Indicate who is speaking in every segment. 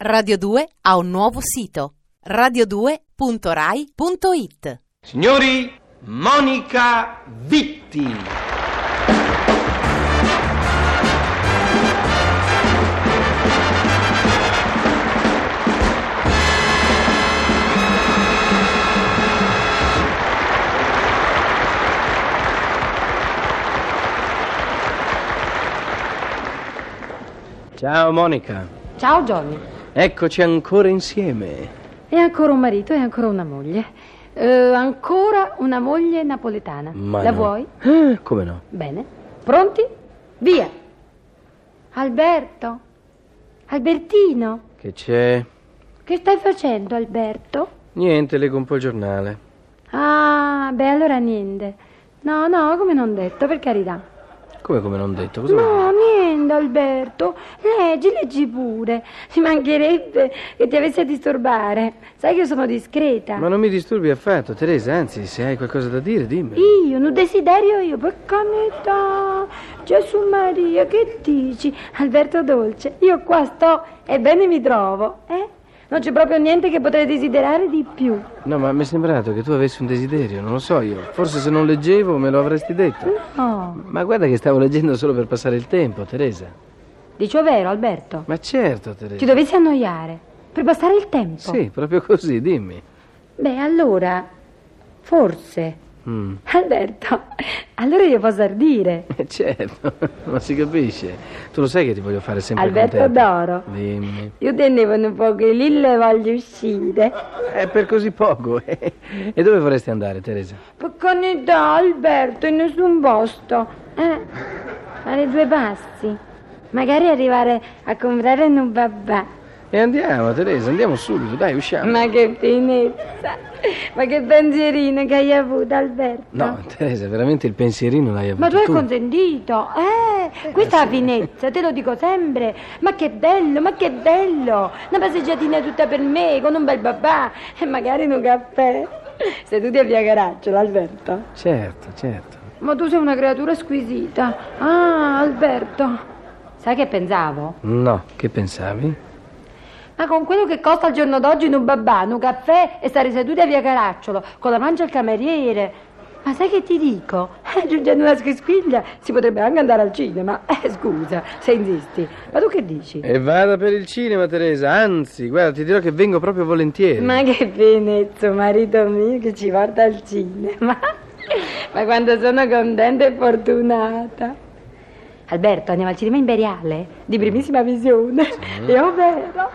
Speaker 1: Radio 2 ha un nuovo sito radio2.rai.it.
Speaker 2: Signori, Monica Vitti. Ciao Monica,
Speaker 3: Ciao Johnny.
Speaker 2: eccoci ancora insieme.
Speaker 3: E ancora un marito e ancora una moglie. Eh, ancora una moglie napoletana.
Speaker 2: Ma
Speaker 3: La
Speaker 2: no.
Speaker 3: vuoi?
Speaker 2: Eh, come no?
Speaker 3: Bene. Pronti? Via. Alberto. Albertino.
Speaker 2: Che c'è?
Speaker 3: Che stai facendo, Alberto?
Speaker 2: Niente, leggo un po' il giornale.
Speaker 3: Ah, beh, allora niente. No, no, come non detto, per carità.
Speaker 2: Come come non detto? Cosa vuol
Speaker 3: No, niente, Alberto. Leggi, leggi pure. Ci mancherebbe che ti avessi a disturbare. Sai che io sono discreta.
Speaker 2: dire? Ma non mi disturbi affatto, Teresa, anzi, se hai qualcosa da dire, dimmi.
Speaker 3: Io, non desiderio io, per carità. Gesù Maria, che dici? Alberto Dolce, io qua sto e bene mi trovo, eh? Non c'è proprio niente che potrei desiderare di più.
Speaker 2: No, ma mi è sembrato che tu avessi un desiderio, non lo so io. Forse se non leggevo me lo avresti detto.
Speaker 3: No.
Speaker 2: Ma guarda che stavo leggendo solo per passare il tempo, Teresa.
Speaker 3: Dici vero, Alberto?
Speaker 2: Ma certo,
Speaker 3: Ti
Speaker 2: Teresa.
Speaker 3: dovessi annoiare per passare il tempo?
Speaker 2: Sì, proprio così, dimmi.
Speaker 3: Beh, allora, forse.
Speaker 2: Mm.
Speaker 3: Alberto, allora io posso dire.
Speaker 2: Eh, Certo, non si capisce. Tu lo sai che ti voglio fare sempre
Speaker 3: Alberto
Speaker 2: contenta.
Speaker 3: D'Oro.
Speaker 2: Dimmi.
Speaker 3: Io tenevo un po' che lì le voglio uscire.
Speaker 2: È per così poco. eh. E dove vorresti andare, Teresa?
Speaker 3: Poccanità, Alberto, in nessun posto. Eh, fare due passi. Magari arrivare a comprare un babà.
Speaker 2: E andiamo, Teresa, andiamo subito, dai, usciamo.
Speaker 3: Ma che finezza! Ma che pensierino che hai avuto, Alberto!
Speaker 2: No, Teresa, veramente il pensierino l'hai avuto
Speaker 3: Ma tu hai consentito, eh? Questa è la finezza, te lo dico sempre. Ma che bello, ma che bello! Una passeggiatina tutta per me, con un bel babà e magari un caffè. Seduti a via Caracciolo, Alberto.
Speaker 2: Certo, certo.
Speaker 3: Ma tu sei una creatura squisita. Ah, Alberto. Sai che pensavo?
Speaker 2: No, che pensavi?
Speaker 3: Ma con quello che costa al giorno d'oggi in un babbano, un caffè e stare seduti a via Caracciolo, con la mancia al cameriere. Ma sai che ti dico? Aggiungendo una squisquiglia si potrebbe anche andare al cinema. Eh, scusa, se insisti. Ma tu che dici?
Speaker 2: E vada per il cinema, Teresa. Anzi, guarda, ti dirò che vengo proprio volentieri.
Speaker 3: Ma che finezzo, marito mio, che ci porta al cinema. Ma quando sono contenta e fortunata. Alberto, andiamo al cinema imperiale, di primissima visione. È vero.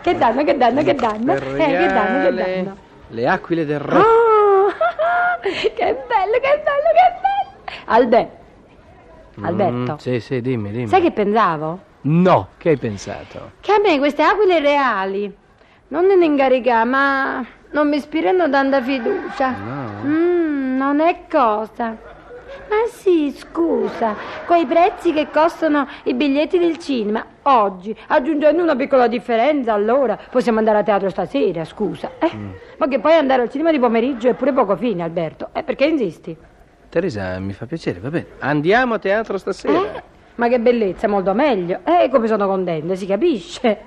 Speaker 3: Che danno, che danno, che danno. Eh, che danno, che
Speaker 2: Imperiale,
Speaker 3: danno.
Speaker 2: Le aquile del re.
Speaker 3: Oh, che bello, che bello, che bello. Albe- Alberto,
Speaker 2: Mm, sì, sì, dimmi, dimmi.
Speaker 3: sai che pensavo?
Speaker 2: No, che hai pensato?
Speaker 3: Che a me queste aquile reali non ne incaricà, ma non mi ispirano tanta fiducia.
Speaker 2: No?
Speaker 3: Mm, non è cosa. Ma sì, scusa, coi prezzi che costano i biglietti del cinema oggi, aggiungendo una piccola differenza, allora possiamo andare a teatro stasera, scusa. Eh? Ma che poi andare al cinema di pomeriggio è pure poco fine, Alberto. Eh, perché insisti?
Speaker 2: Teresa, mi fa piacere, va bene. Andiamo a teatro stasera.
Speaker 3: Eh, Ma che bellezza, molto meglio. Eh, come sono contenta, si capisce.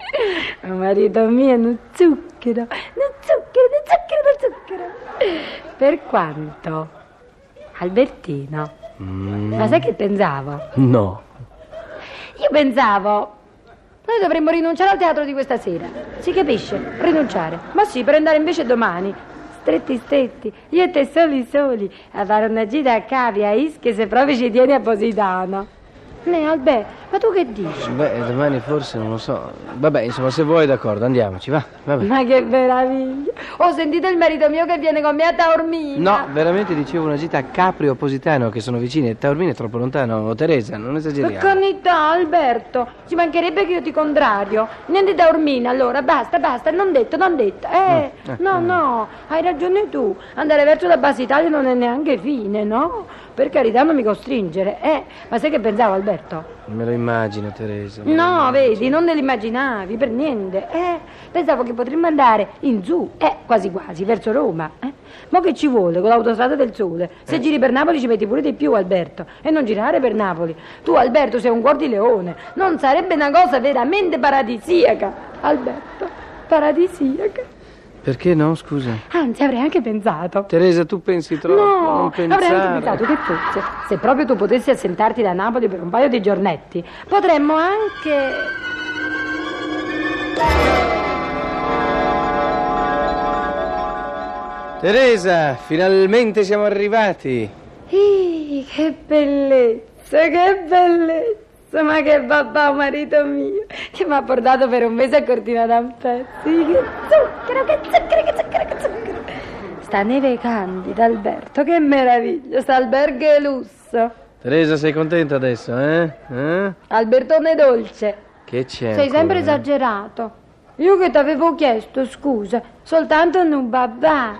Speaker 3: Ma Marito mio, non zucchero, non zucchero, non zucchero, non zucchero. Per quanto, Albertino,
Speaker 2: Mm,
Speaker 3: ma sai che pensavo?
Speaker 2: no.
Speaker 3: Io pensavo, noi dovremmo rinunciare al teatro di questa sera. Si capisce? Rinunciare. Ma sì, per andare invece domani. Stretti, stretti, io e te soli, soli, a fare una gita a Cavi, a Ischia, se proprio ci tieni a Positano. Ne, Albè, ma tu che dici?
Speaker 2: Beh, domani forse non lo so. Vabbè, insomma, se vuoi, d'accordo, andiamoci, va. Vabbè.
Speaker 3: Ma che meraviglia! Oh, sentite il marito mio che viene con me a Taormina!
Speaker 2: No, veramente dicevo una gita a Capri o Positano che sono vicine. Taormina è troppo lontano, oh, Teresa, non
Speaker 3: Per
Speaker 2: esageriamo.
Speaker 3: carità, Alberto, ci mancherebbe che io ti contrario. Niente Taormina, allora, basta, basta, non detto, non detto. Eh,
Speaker 2: eh,
Speaker 3: no, no, hai ragione tu. Andare verso la base Italia non è neanche fine, no? Per carità, non mi costringere, eh. Ma sai che pensavo, Alberto?
Speaker 2: Me lo immagino, Teresa. me lo
Speaker 3: No, vedi, non te l'immaginavi, per niente, eh. Pensavo che potremmo andare in giù, eh, quasi quasi, verso Roma, eh. Ma che ci vuole con l'autostrada del sole? Se giri per Napoli ci metti pure di più, Alberto. E non girare per Napoli. Tu, Alberto, sei un cuor di leone. Non sarebbe una cosa veramente paradisiaca, Alberto. paradisiaca.
Speaker 2: Perché no, scusa?
Speaker 3: Anzi, avrei anche pensato.
Speaker 2: Teresa, tu pensi troppo.
Speaker 3: No,
Speaker 2: non
Speaker 3: avrei anche pensato
Speaker 2: pensare.
Speaker 3: che forse, se proprio tu potessi assentarti da Napoli per un paio di giornetti, potremmo anche...
Speaker 2: Teresa, finalmente siamo arrivati.
Speaker 3: Ih, che bellezza, che bellezza, ma che babà, marito mio, che mi ha portato per un mese a Cortina d'Ampezzi. Che zucchero, che zucchero, che zucchero, che zucchero. Sta neve candida, Alberto, che meraviglia, sta albergo e lusso.
Speaker 2: Teresa, sei contenta adesso, eh? Eh?
Speaker 3: Albertone dolce,
Speaker 2: Che c'è?
Speaker 3: sei sempre
Speaker 2: ancora?
Speaker 3: esagerato. Io che t'avevo chiesto scusa, soltanto un babà.